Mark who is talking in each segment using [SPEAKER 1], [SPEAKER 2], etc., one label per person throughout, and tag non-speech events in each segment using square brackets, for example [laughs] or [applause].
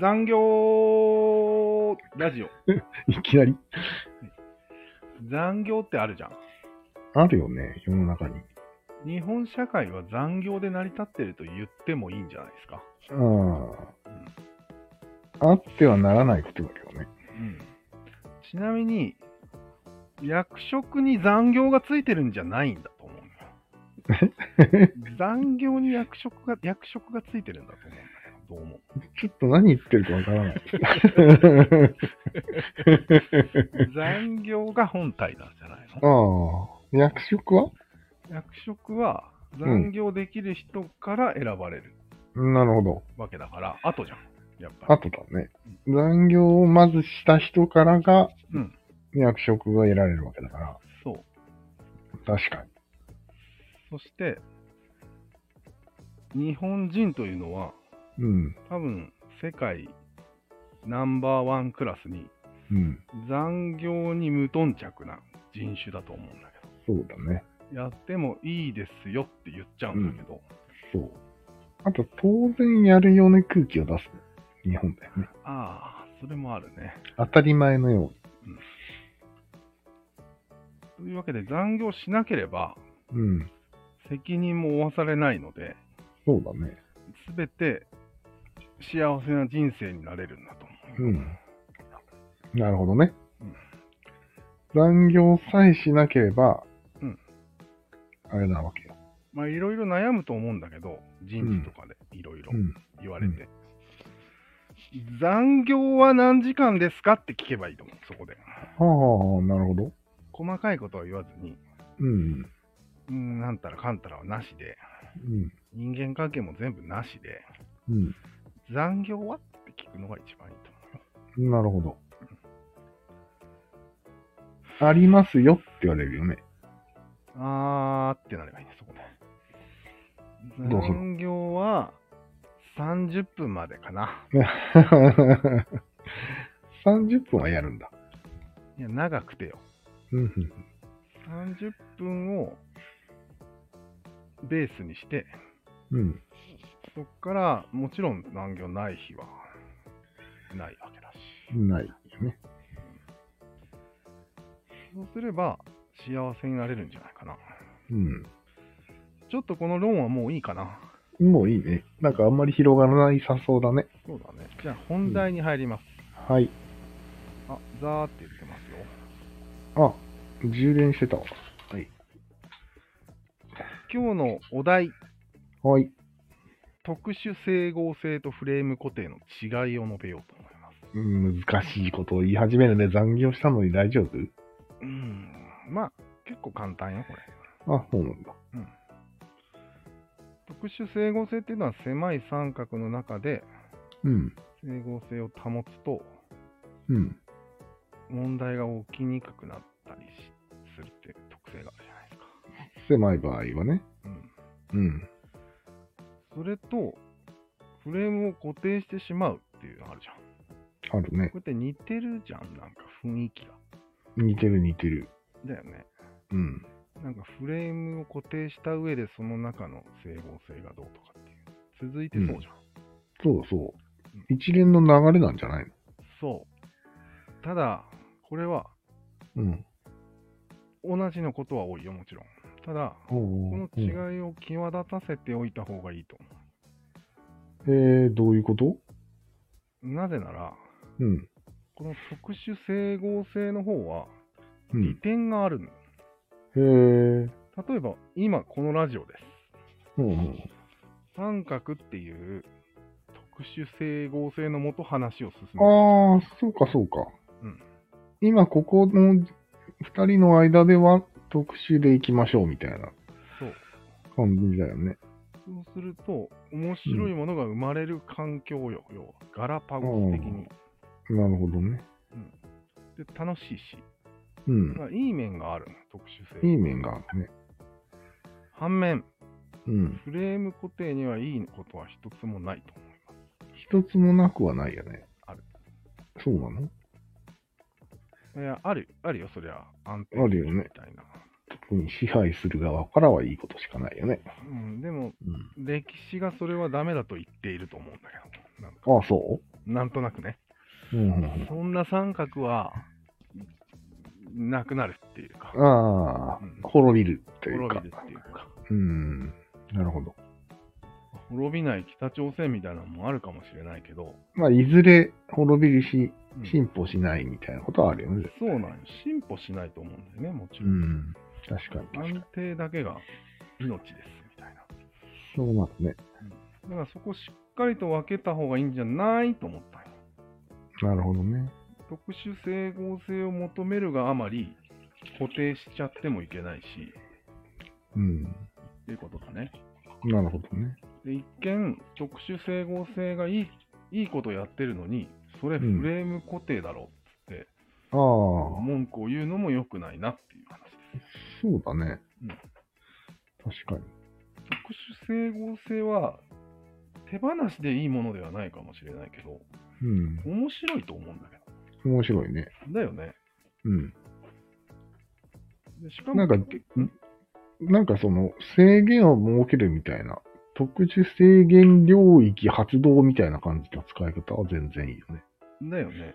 [SPEAKER 1] 残業ラジオ。
[SPEAKER 2] いきなり。
[SPEAKER 1] 残業ってあるじゃん。
[SPEAKER 2] あるよね、世の中に。
[SPEAKER 1] 日本社会は残業で成り立ってると言ってもいいんじゃないですか。
[SPEAKER 2] ああ。あってはならないことだけどね。
[SPEAKER 1] うん、ちなみに、役職に残業がついてるんじゃないんだと思う [laughs] のよ。残業に役職が、役職がついてるんだと思うんだけど、どう思う
[SPEAKER 2] ちょっと何言ってるかわからない。 [laughs]
[SPEAKER 1] 残業が本体なんじゃないの
[SPEAKER 2] ああ。役職は
[SPEAKER 1] 役職は残業できる人から選ばれる
[SPEAKER 2] なるほど。
[SPEAKER 1] わけだから、後じゃん。やっぱ
[SPEAKER 2] あとだね。残業をまずした人からが
[SPEAKER 1] り。うん。
[SPEAKER 2] 役職が得られるわけだから。
[SPEAKER 1] そう。
[SPEAKER 2] 確かに。
[SPEAKER 1] そして、日本人というのは、
[SPEAKER 2] うん。
[SPEAKER 1] 多分、世界ナンバーワンクラスに
[SPEAKER 2] うん。
[SPEAKER 1] 残業に無頓着な人種だと思うんだけ
[SPEAKER 2] そうだね。
[SPEAKER 1] ど、やってもいいですよって言っちゃうんだけど、
[SPEAKER 2] そう。あと、当然やるような空気を出す。日本だよね。
[SPEAKER 1] ああ、それもあるね。
[SPEAKER 2] 当たり前のように。
[SPEAKER 1] というわけで、残業しなければ
[SPEAKER 2] うん。
[SPEAKER 1] 責任も負わされないので、
[SPEAKER 2] そうだね。
[SPEAKER 1] すべて幸せな人生になれるんだと思う。
[SPEAKER 2] うん。なるほどね。残業さえしなければ、
[SPEAKER 1] うん
[SPEAKER 2] あれなわけよ。
[SPEAKER 1] まあ、いろいろ悩むと思うんだけど、人事とかでいろいろ
[SPEAKER 2] うん。
[SPEAKER 1] 言われて、残業は何時間ですかって聞けばいいと思う、そこで。
[SPEAKER 2] はあ、なるほど。
[SPEAKER 1] 細かいことは言わずに、
[SPEAKER 2] うん。
[SPEAKER 1] うーん、なんたらかんたらはなしで、
[SPEAKER 2] うん。
[SPEAKER 1] 人間関係も全部なしで、
[SPEAKER 2] うん。
[SPEAKER 1] 残業はって聞くのが一番いいと思うよ。
[SPEAKER 2] なるほど。ありますよって言われるよね。 [laughs]
[SPEAKER 1] あーってなればいいね、そこで。
[SPEAKER 2] どうする
[SPEAKER 1] 残業は30分までかな。
[SPEAKER 2] 30分はやるんだ。
[SPEAKER 1] いや、長くてよ。
[SPEAKER 2] うんうん
[SPEAKER 1] 30分をベースにして、
[SPEAKER 2] うん。
[SPEAKER 1] そっからもちろん残業ない日はないわけだし。
[SPEAKER 2] ないよね。
[SPEAKER 1] そうすれば幸せになれるんじゃないかな。
[SPEAKER 2] う
[SPEAKER 1] ちょっとこの論はもういいかな。
[SPEAKER 2] ん。もういいね。なんかあんまり広がらないさそうだね。
[SPEAKER 1] そうだね。じゃあ本題に入ります。
[SPEAKER 2] はい。
[SPEAKER 1] あ、ザーって言ってますよ。
[SPEAKER 2] あ、充電してたわ。
[SPEAKER 1] 今日のお題、
[SPEAKER 2] はい。
[SPEAKER 1] 特殊整合性とフレーム固定の違いを述べようと思います。
[SPEAKER 2] うん難しいことを言い始めるね。残業したのに大丈夫
[SPEAKER 1] うーん。まあ、結構簡単よ、これ。
[SPEAKER 2] あ、そうなんだ。
[SPEAKER 1] 特殊整合性っていうのは狭い三角の中で
[SPEAKER 2] うん。
[SPEAKER 1] 整合性を保つと
[SPEAKER 2] うん。
[SPEAKER 1] 問題が起きにくくなったりしするっていう特性があるじゃないですか。
[SPEAKER 2] 狭い場合はね。
[SPEAKER 1] うん。
[SPEAKER 2] うん。
[SPEAKER 1] それと、フレームを固定してしまうっていうのあるじゃん。
[SPEAKER 2] あるね
[SPEAKER 1] こ。れって似てるじゃん、なんか雰囲気が。
[SPEAKER 2] 似てる似てる。
[SPEAKER 1] だよね。
[SPEAKER 2] うん。
[SPEAKER 1] なんかフレームを固定した上でその中の整合性がどうとかっていう。続いてそうじゃん。
[SPEAKER 2] そうそう。一連の流れなんじゃない
[SPEAKER 1] そう。ただ、これは
[SPEAKER 2] のうん。
[SPEAKER 1] 同じのことは多いよ、もちろん。ただ、
[SPEAKER 2] お
[SPEAKER 1] こ
[SPEAKER 2] うお
[SPEAKER 1] の
[SPEAKER 2] ううん
[SPEAKER 1] 違いを際立たせておいた方がいいと思
[SPEAKER 2] えー、どういうこと
[SPEAKER 1] う。なぜなら、
[SPEAKER 2] うん。
[SPEAKER 1] この特殊整合性の方は
[SPEAKER 2] うん。
[SPEAKER 1] 点があるの。
[SPEAKER 2] へー。
[SPEAKER 1] 例えば、今このラジオです。
[SPEAKER 2] うんうん。
[SPEAKER 1] 三角っていう特殊整合性のもと話を進める。
[SPEAKER 2] ああ、そうかそうか。
[SPEAKER 1] うん
[SPEAKER 2] 今ここの二人の間では特集でいきましょうみたいな
[SPEAKER 1] そう。
[SPEAKER 2] 感じだよね。
[SPEAKER 1] そうすると、面白いものが生まれる環境よ、要は。ガラパゴス的に。
[SPEAKER 2] なるほどね。
[SPEAKER 1] で、楽しいし。
[SPEAKER 2] うん。
[SPEAKER 1] まあいい面があるの、特殊性。
[SPEAKER 2] いい面があるね。
[SPEAKER 1] 反面、
[SPEAKER 2] うん。
[SPEAKER 1] フレーム固定にはいいことは一つもないと思います。
[SPEAKER 2] 一つもなくはないよね。
[SPEAKER 1] ある。
[SPEAKER 2] そうなの
[SPEAKER 1] いや、ある、あるよ、そりゃ。安定
[SPEAKER 2] あるよね
[SPEAKER 1] みたいな。
[SPEAKER 2] 特に支配する側からはいいことしかないよね。
[SPEAKER 1] うん、でも、
[SPEAKER 2] うん。
[SPEAKER 1] 歴史がそれはダメだと言っていると思うんだけど。なんか、
[SPEAKER 2] ああ、そう
[SPEAKER 1] なんとなくね。
[SPEAKER 2] うん。
[SPEAKER 1] そんな三角は、なくなるっていうか、
[SPEAKER 2] ああ、
[SPEAKER 1] うん
[SPEAKER 2] 滅びるという
[SPEAKER 1] 滅
[SPEAKER 2] か
[SPEAKER 1] びる。っていうか、
[SPEAKER 2] うん。なるほど。
[SPEAKER 1] 滅びない北朝鮮みたいなのもあるかもしれないけど、
[SPEAKER 2] まあ、いずれ滅びるし、
[SPEAKER 1] うん
[SPEAKER 2] 進歩しないみたいなことはあるよね。
[SPEAKER 1] そうなんよ。進歩しないと思うんだよね、もち
[SPEAKER 2] う
[SPEAKER 1] ろん。
[SPEAKER 2] ん。確かに確かに。
[SPEAKER 1] 安定だけが命です、みたいな。
[SPEAKER 2] そうなるね。
[SPEAKER 1] だからそこしっかりと分けた方がいいんじゃないと思ったんよ。
[SPEAKER 2] なるほどね。
[SPEAKER 1] 特殊整合性を求めるがあまり、固定しちゃってもいけないし、
[SPEAKER 2] うん。
[SPEAKER 1] っていうことだね。
[SPEAKER 2] なるほどね。
[SPEAKER 1] で一見、特殊整合性がいいいいことやってるのに、それ
[SPEAKER 2] う
[SPEAKER 1] フ
[SPEAKER 2] ん
[SPEAKER 1] レーム固定だろうって、
[SPEAKER 2] ああ、そ
[SPEAKER 1] 文句を言うのも良くないなっていう話です。
[SPEAKER 2] うだね。
[SPEAKER 1] うん
[SPEAKER 2] 確か
[SPEAKER 1] 特殊整合性は、手放しでいいものではないかもしれないけど、
[SPEAKER 2] に。うん。
[SPEAKER 1] 面白いと思うんだけ
[SPEAKER 2] 面白いね。
[SPEAKER 1] ど。だよね。
[SPEAKER 2] うん。
[SPEAKER 1] でしか
[SPEAKER 2] な
[SPEAKER 1] も
[SPEAKER 2] んか、
[SPEAKER 1] 結局
[SPEAKER 2] んなんかその制限を設けるみたいな、特殊制限領域発動みたいな感じの使い方は全然いいよね。
[SPEAKER 1] だよね。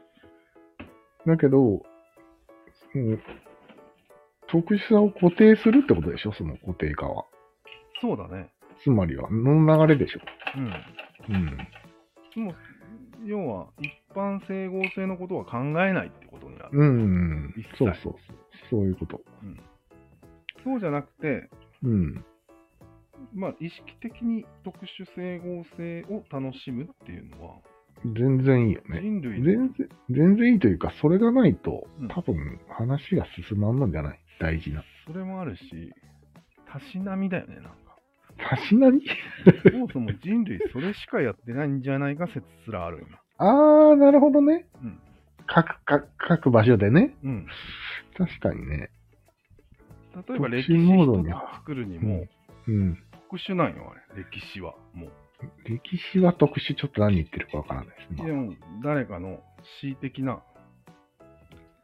[SPEAKER 2] だけど、その特殊さを固定するってことでしょその固定化は。
[SPEAKER 1] そうだね。
[SPEAKER 2] つまりは、の流れでしょ。
[SPEAKER 1] うん。
[SPEAKER 2] うん。
[SPEAKER 1] もう、要は、一般整合性のことは考えないってことになる。
[SPEAKER 2] うん
[SPEAKER 1] 一。切
[SPEAKER 2] そうそうそう。そういうこと。
[SPEAKER 1] そうじゃなくて、
[SPEAKER 2] うん。
[SPEAKER 1] まあ、意識的に特殊整合性を楽しむっていうのは、
[SPEAKER 2] 全然いいよね。
[SPEAKER 1] 人類の
[SPEAKER 2] 全然、全然いいというか、それがないと
[SPEAKER 1] うん、
[SPEAKER 2] 多分話が進まんのじゃない大事な。
[SPEAKER 1] それもあるし、たしなみだよね、なんか。 [laughs]
[SPEAKER 2] たしなみ [laughs]
[SPEAKER 1] そもそも人類それしかやってないんじゃないか説すらある今。
[SPEAKER 2] あー、なるほどね。
[SPEAKER 1] うん
[SPEAKER 2] 各、各、各場所でね。
[SPEAKER 1] うん。
[SPEAKER 2] 確かにね。
[SPEAKER 1] 例えば歴史
[SPEAKER 2] 特殊モード
[SPEAKER 1] 一
[SPEAKER 2] に
[SPEAKER 1] つ作るにも、
[SPEAKER 2] うん。
[SPEAKER 1] 特殊なんよ、あれ。歴史は。もう。
[SPEAKER 2] 歴史は特殊、ちょっと何言ってるかわからないです
[SPEAKER 1] で
[SPEAKER 2] ね。
[SPEAKER 1] も、誰かの恣意的な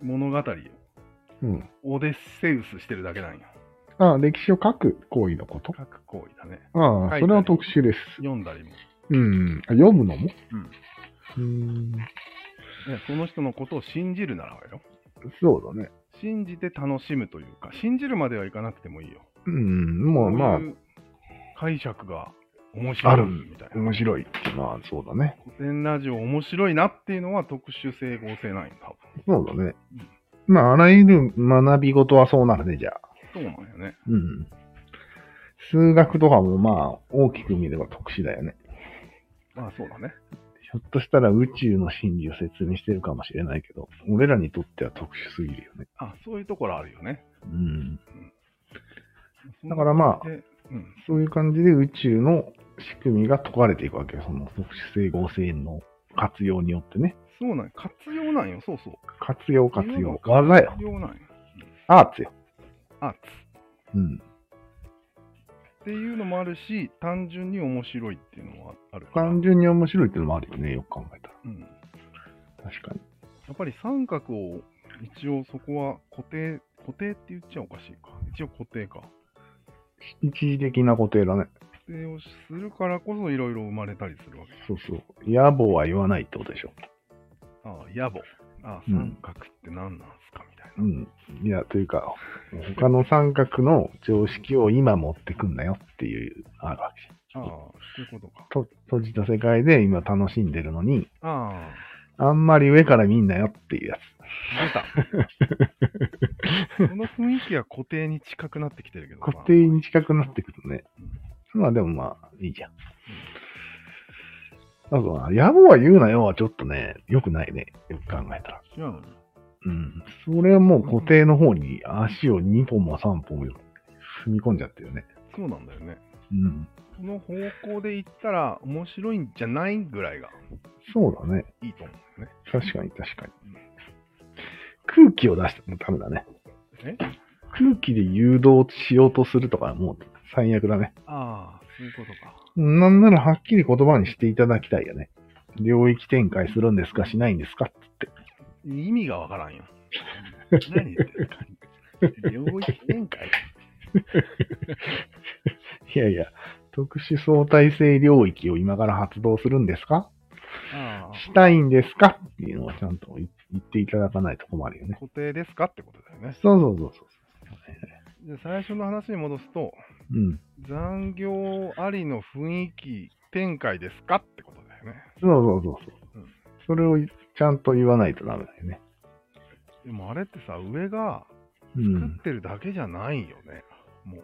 [SPEAKER 1] 物語を
[SPEAKER 2] うん。
[SPEAKER 1] オデッセウスしてるだけなんよ。
[SPEAKER 2] あー歴史を書く行為のこと。
[SPEAKER 1] 書く行為だね。書
[SPEAKER 2] あ
[SPEAKER 1] いた
[SPEAKER 2] あ、
[SPEAKER 1] り
[SPEAKER 2] それは特殊です。
[SPEAKER 1] 読んだりも。
[SPEAKER 2] うん。あ読むのも
[SPEAKER 1] うん
[SPEAKER 2] うん。
[SPEAKER 1] いやその人のことを信じるならばよ。
[SPEAKER 2] そうだね。
[SPEAKER 1] 信じて楽しむというか、信じるまではいかなくてもいいよ。
[SPEAKER 2] うん。もう、ま
[SPEAKER 1] こいう解釈が面
[SPEAKER 2] あ、
[SPEAKER 1] 白
[SPEAKER 2] あ
[SPEAKER 1] い
[SPEAKER 2] る
[SPEAKER 1] みたい。な。
[SPEAKER 2] 面白いっていうのは、そうだね。
[SPEAKER 1] 古典ラジオ面白いなっていうのは特殊整合性ないんだ。
[SPEAKER 2] そうだね。まあ、あらゆる学び事はそうなるね、じゃあ。
[SPEAKER 1] そうなんよね。
[SPEAKER 2] うん。数学とかもまあ、大きく見れば特殊だよね。
[SPEAKER 1] まあそうだね。
[SPEAKER 2] ひょっとしたら宇宙の真理を説明してるかもしれないけど、俺らにとっては特殊すぎるよね。
[SPEAKER 1] あ、そういうところあるよね。
[SPEAKER 2] うん。だからまあ
[SPEAKER 1] でうん。
[SPEAKER 2] そういう感じで宇宙の仕組みが解かれていくわけよ。その特殊整合性の活用によってね。
[SPEAKER 1] そうなんよ。活用なんよ。そうそう。
[SPEAKER 2] 活用、活
[SPEAKER 1] 今の
[SPEAKER 2] 用。技よ。
[SPEAKER 1] 活用なんよ。
[SPEAKER 2] アーツよ。
[SPEAKER 1] アーツ。
[SPEAKER 2] うん。
[SPEAKER 1] っていうのもあるし、単純に面白いっていうのもあるから。
[SPEAKER 2] 単純に面白いっていうのもあるよね。よく考えた
[SPEAKER 1] うん。や
[SPEAKER 2] ら。確かに。
[SPEAKER 1] っぱり三角を、一応そこは固定、固定って言っちゃおかしいか。一応固定か。
[SPEAKER 2] 一時的な固定だね。
[SPEAKER 1] 固定をするからこそいろいろ生まれたりするわけ。
[SPEAKER 2] そうそう。野望は言わないってことでしょ。
[SPEAKER 1] ああ、野暮。ああ、
[SPEAKER 2] うん
[SPEAKER 1] 三角って何なんすかみたいな。
[SPEAKER 2] うん。いや、というか、他の三角の常識を今持ってくんなよっていう、あるわけじゃん
[SPEAKER 1] ああ、そういうことか。
[SPEAKER 2] と閉じた世界で今楽しんでるのに、
[SPEAKER 1] あ
[SPEAKER 2] あんまり上から見んなよっていうや
[SPEAKER 1] あ、 [laughs] 出た。この雰囲気は固定に近くなってきてるけど
[SPEAKER 2] つ。
[SPEAKER 1] な。
[SPEAKER 2] 固定に近くなってくるね。まあでもまあ、いいじゃん。あとは、野望は言うなよはちょっとね、良くないね。よく考えたら。
[SPEAKER 1] 違うの
[SPEAKER 2] うん。それはもう固定の方に足を2歩も3歩も踏み込んじゃってるね。
[SPEAKER 1] そうなんだよね。
[SPEAKER 2] うん。
[SPEAKER 1] この方向で行ったら面白いんじゃないぐらいが
[SPEAKER 2] そうだね。
[SPEAKER 1] いいと思うんだよ
[SPEAKER 2] 確かに確かに。空気を出してもダメだね。
[SPEAKER 1] ね。え
[SPEAKER 2] 空気で誘導しようとするとかはもう最悪だね。
[SPEAKER 1] ああ、そういうことか。
[SPEAKER 2] なんならはっきり言葉にしていただきたいよね。領域展開するんですかしないんですかっつって。
[SPEAKER 1] 意味がわからんよ。何言ってるか。領域展開
[SPEAKER 2] いやいや、特殊相対性領域を今から発動するんですか
[SPEAKER 1] ああ
[SPEAKER 2] したいんですかっていうのはちゃんと言っていただかないと困るよね。
[SPEAKER 1] 固定ですかってことだよね。
[SPEAKER 2] そうそうそうそう。
[SPEAKER 1] で最初の話に戻すと、
[SPEAKER 2] うん。
[SPEAKER 1] 残業ありの雰囲気展開ですかってことだよね。
[SPEAKER 2] そうそうそうそ
[SPEAKER 1] う
[SPEAKER 2] う
[SPEAKER 1] ん。
[SPEAKER 2] それをいちゃんと言わないとダメだよね。
[SPEAKER 1] でもあれってさ、上が作
[SPEAKER 2] うん
[SPEAKER 1] っ。てるだけじゃないよね。もう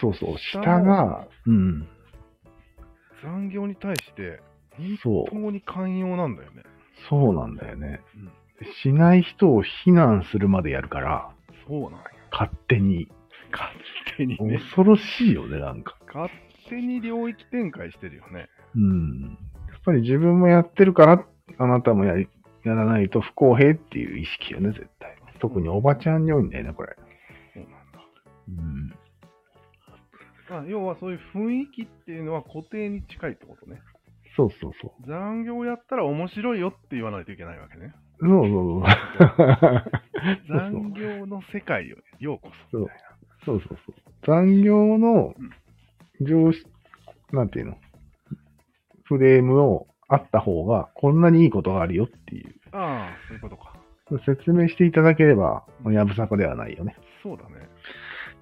[SPEAKER 2] そうそう。下
[SPEAKER 1] 下の
[SPEAKER 2] が、うん。
[SPEAKER 1] 残業に対して
[SPEAKER 2] そう
[SPEAKER 1] 本当に寛容なんだよね。
[SPEAKER 2] そうなんだよね
[SPEAKER 1] うん。
[SPEAKER 2] しない人を非難するまでやるから、
[SPEAKER 1] そうなんよ。
[SPEAKER 2] 勝手に。
[SPEAKER 1] 勝手にね。
[SPEAKER 2] 恐ろしいよね、なんか。
[SPEAKER 1] 勝手に領域展開してるよね。
[SPEAKER 2] うん。やっぱり自分もやってるから、あなたもやりやらないと不公平っていう意識よね、絶対。特におばちゃんに多いんだよね、これ。
[SPEAKER 1] そうなんだ。
[SPEAKER 2] うん。
[SPEAKER 1] まあ、要はそういう雰囲気っていうのは固定に近いってことね。
[SPEAKER 2] そうそうそう。
[SPEAKER 1] 残業やったら面白いよって言わないといけないわけね。
[SPEAKER 2] そうそう [laughs] そう。
[SPEAKER 1] 残業の世界よ、ようこそ。
[SPEAKER 2] そうそうそうそう。残業の上司、なんていうのフレームをあった方が、こんなにいいことがあるよっていう。
[SPEAKER 1] ああ、そういうことか。
[SPEAKER 2] 説明していただければ、やぶさかではないよね。
[SPEAKER 1] そうだね。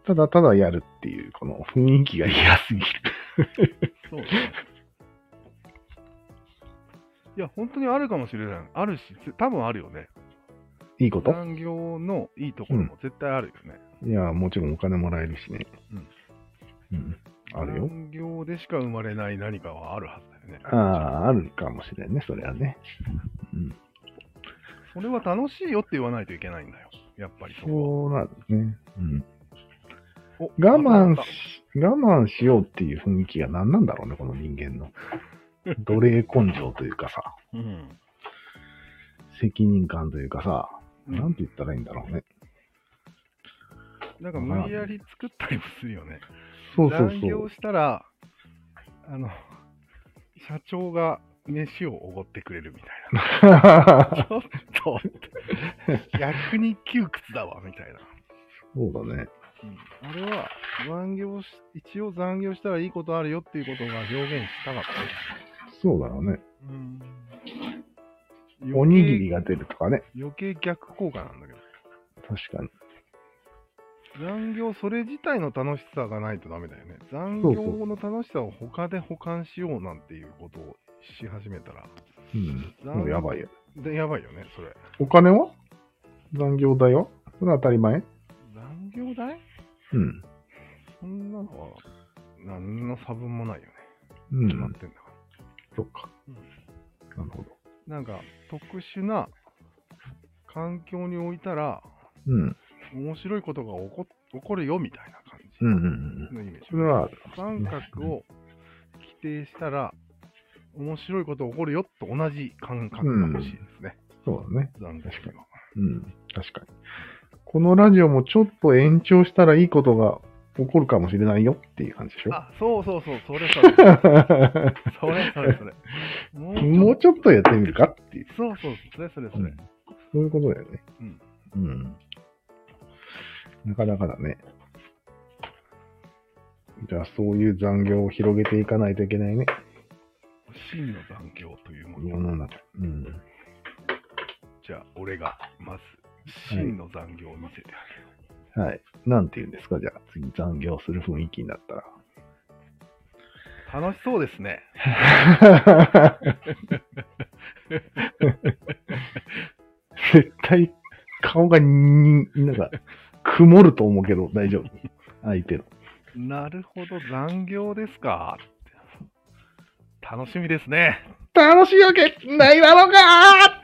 [SPEAKER 2] ただただやるっていう、この雰囲気が嫌すぎる。
[SPEAKER 1] そうだね。いや、本当にあるかもしれない。あるし、つ多分あるよね。
[SPEAKER 2] いいこと
[SPEAKER 1] 残業のいいところも絶対あるよね。
[SPEAKER 2] いや、もちろんお金もらえるしね。
[SPEAKER 1] うん
[SPEAKER 2] うん。あるよ。
[SPEAKER 1] 残業でしか生まれない何かはあるはずだよね。
[SPEAKER 2] ああ、あるかもしれんね、それはね。うん。
[SPEAKER 1] それは楽しいよって言わないといけないんだよ。やっぱりそこ
[SPEAKER 2] そうなんですね。うん。
[SPEAKER 1] は。お
[SPEAKER 2] 我慢
[SPEAKER 1] また
[SPEAKER 2] し、我慢しようっていう雰囲気が何なんだろうね、この人
[SPEAKER 1] [laughs]
[SPEAKER 2] 間の。奴隷根性というかさ、
[SPEAKER 1] うん。
[SPEAKER 2] 責任感というかさ、
[SPEAKER 1] うん
[SPEAKER 2] なんて言ったらいいんだろうね。
[SPEAKER 1] なんか無理やり作ったりもするよね。
[SPEAKER 2] そうそう
[SPEAKER 1] 残
[SPEAKER 2] そ
[SPEAKER 1] 業
[SPEAKER 2] う。
[SPEAKER 1] したら、あの、社長が飯をおごってくれるみたいな。
[SPEAKER 2] [laughs]
[SPEAKER 1] ちょっと、逆に窮屈だわ、みたいな。
[SPEAKER 2] [laughs] そうだね。
[SPEAKER 1] うん、あれは、残業し、一応残業したらいいことあるよっていうことが表現したかった。
[SPEAKER 2] そうだろうね。
[SPEAKER 1] うん。
[SPEAKER 2] おにぎりが出るとかね。
[SPEAKER 1] 余計逆効果なんだけど。
[SPEAKER 2] 確かに。
[SPEAKER 1] 残業それ自体の楽しさがないとダメだよね。残
[SPEAKER 2] そう
[SPEAKER 1] 業の楽しさを他で保管しようなんていうことをし始めたら、
[SPEAKER 2] うん。もうやばいよ。
[SPEAKER 1] でやばいよね、それ。
[SPEAKER 2] お金は残業代はそれは当たり前
[SPEAKER 1] 残業代
[SPEAKER 2] うん。
[SPEAKER 1] そんなのは何の差分もないよね。
[SPEAKER 2] う
[SPEAKER 1] 決まっ
[SPEAKER 2] ん。
[SPEAKER 1] てんだから。
[SPEAKER 2] そっか。なるほど。
[SPEAKER 1] なんか特殊な環境に置いたら
[SPEAKER 2] うん。
[SPEAKER 1] 面白いことが起こ起こるよみたいな感
[SPEAKER 2] うんうんう
[SPEAKER 1] じ
[SPEAKER 2] ん。
[SPEAKER 1] のイメージ。
[SPEAKER 2] それはある、
[SPEAKER 1] 三角を規定したら面白いこと起こるよと同じ感覚が欲しいですね。
[SPEAKER 2] そうだね。
[SPEAKER 1] 残念
[SPEAKER 2] 確うん、確かに。このラジオもちょっと延長したらいいことが起こるかもしれないよっていう感じでし [laughs] ょ
[SPEAKER 1] あ、そうそうそう、それそれ。それそれそれ。も
[SPEAKER 2] もうちょっとやってみるかっていう。
[SPEAKER 1] そうそう、それそれそれ。
[SPEAKER 2] そういうことだよね。
[SPEAKER 1] うん。
[SPEAKER 2] うん。なかなかだね。じゃあ、そういう残業を広げていかないといけないね。
[SPEAKER 1] 真の残業というも
[SPEAKER 2] 世
[SPEAKER 1] の
[SPEAKER 2] の中。うん。
[SPEAKER 1] じゃあ、俺がまず真の残業を見せてあげる。
[SPEAKER 2] はい。なんて言うんですかじゃあ、次残業する雰囲気になった
[SPEAKER 1] [laughs]
[SPEAKER 2] ら。
[SPEAKER 1] 楽しそうですね。
[SPEAKER 2] 絶対顔がに、なんか、曇ると思うけど大丈夫。相手の。
[SPEAKER 1] なるほど、残業ですか。楽しみですね。
[SPEAKER 2] 楽しいわけないだろうか